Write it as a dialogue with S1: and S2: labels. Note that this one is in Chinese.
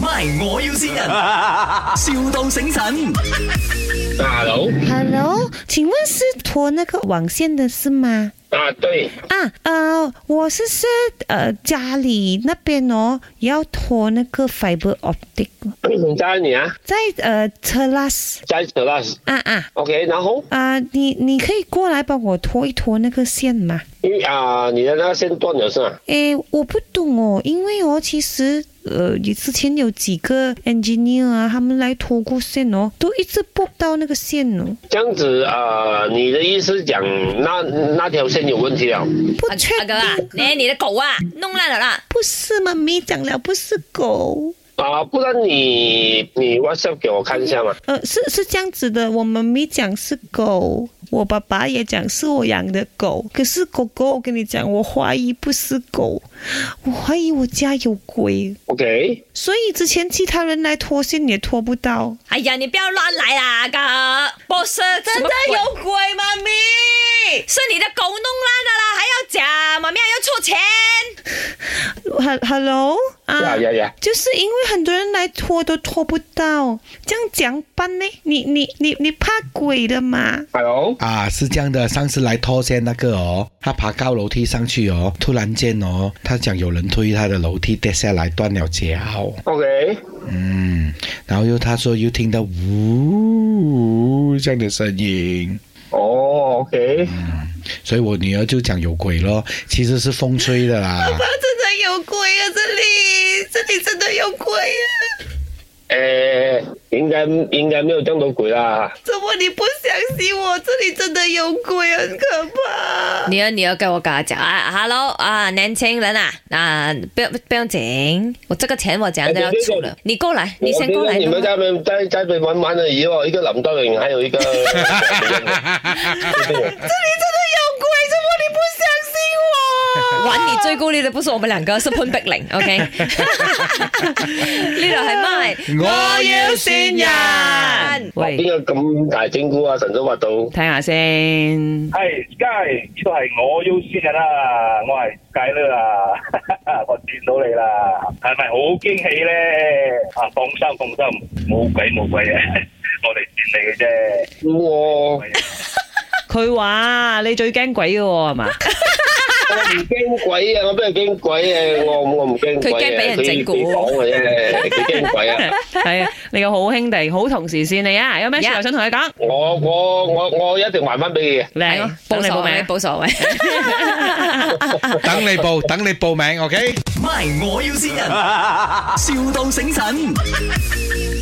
S1: ，My 我要先人，,笑到醒神。
S2: 大楼
S3: Hello，请问是拖那个网线的是吗？
S2: 啊， 对，
S3: 啊，呃，我是是呃家里那边哦，要拖那个 fiber optic，
S2: 在你啊，
S3: 在呃车拉斯
S2: 在扯了
S3: 啊啊
S2: ，OK，然后
S3: 啊，你你可以过来帮我拖一拖那个线吗？
S2: 因为啊，你的那个线断了是吧？
S3: 诶，我不懂哦，因为哦，其实呃，也之前有几个 engineer 啊，他们来拖过线哦，都一直拨不到那个线哦，
S2: 这样子啊，你的意思讲那那条线有问题了？
S3: 不
S4: 阿
S3: 确
S4: 阿哥啊，
S3: 定，
S4: 你你的狗啊，弄烂了啦！
S3: 不是吗？没讲了，不是狗。
S2: 啊，不然你你 WhatsApp 给我看一下嘛。
S3: 呃，是是这样子的，我妈咪讲是狗，我爸爸也讲是我养的狗。可是狗狗，我跟你讲，我怀疑不是狗，我怀疑我家有鬼。
S2: OK，
S3: 所以之前其他人来拖线也拖不到。
S4: 哎呀，你不要乱来啦，阿哥！不是，真的有鬼，妈咪，是你的狗弄烂的啦，还要讲，妈咪还要出钱。
S3: 哈 Hello 啊
S2: 呀呀呀，
S3: 就是因为很多人来拖都拖不到，这样讲办呢？你你你你怕鬼的嘛？
S2: ，Hello，
S5: 啊，是这样的，上次来拖线那个哦，他爬高楼梯上去哦，突然间哦，他讲有人推他的楼梯跌下来断了脚，
S2: OK，
S5: 嗯，然后又他说又听到呜这样的声音，
S2: 哦，OK，
S5: 所以我女儿就讲有鬼咯，其实是风吹的啦。
S3: 真的有鬼啊！这里这里真的有鬼啊！
S2: 诶、应该应该没有这样多鬼啦。
S3: 怎么你不相信我？这里真的有鬼，很可怕。
S4: 你要啊你要跟我跟他讲啊，Hello 啊，年轻人啊，啊，不要不要紧，我这个钱我
S2: 哎
S4: 讲都要出了，你过来，你先过
S2: 我
S4: 来
S2: 觉得你
S4: 弄
S2: 们
S4: 啊。
S2: 在那边在在那边玩玩而已哦，一个冷冻人，还有一个
S3: 这里真的有鬼，怎么你不相信我？
S4: 玩你最孤立的不是我们两个，是潘碧玲，OK？呢 度系咪？
S5: 我要
S4: 先
S5: 先
S4: 人，喂，
S2: 边個咁大整蠱啊？神都挖到，
S4: 睇
S6: 哎
S4: 下先。
S7: 系，Sky，呢度系我優先人啦，我係 Sky 啦， 我見到你啦，係咪好驚喜咧？啊，放心放心，冇鬼冇鬼嘅， 我哋見你嘅啫。
S2: 我
S4: 佢话你最惊鬼嘅
S6: 啊
S4: 喎，系嘛？
S2: 我唔驚鬼啊！我邊度驚鬼啊？我我唔驚鬼
S4: 佢
S2: 啊！
S4: 驚俾人整蠱
S2: 佢講嘅啫，佢驚鬼 啊！
S6: 系啊，你個好兄弟、好同事先你啊，有咩事
S4: Yeah
S6: 又想同佢講？
S2: 我我我我一定還翻俾你啊嘅。
S6: 嚟
S4: 係，
S6: 等
S4: 冇
S6: 你
S4: 所
S6: 報名
S4: 謂，
S6: 啊。
S4: 冇 所謂。
S5: 等你报，等你报名，OK。
S1: My 我要先人，,笑到醒神。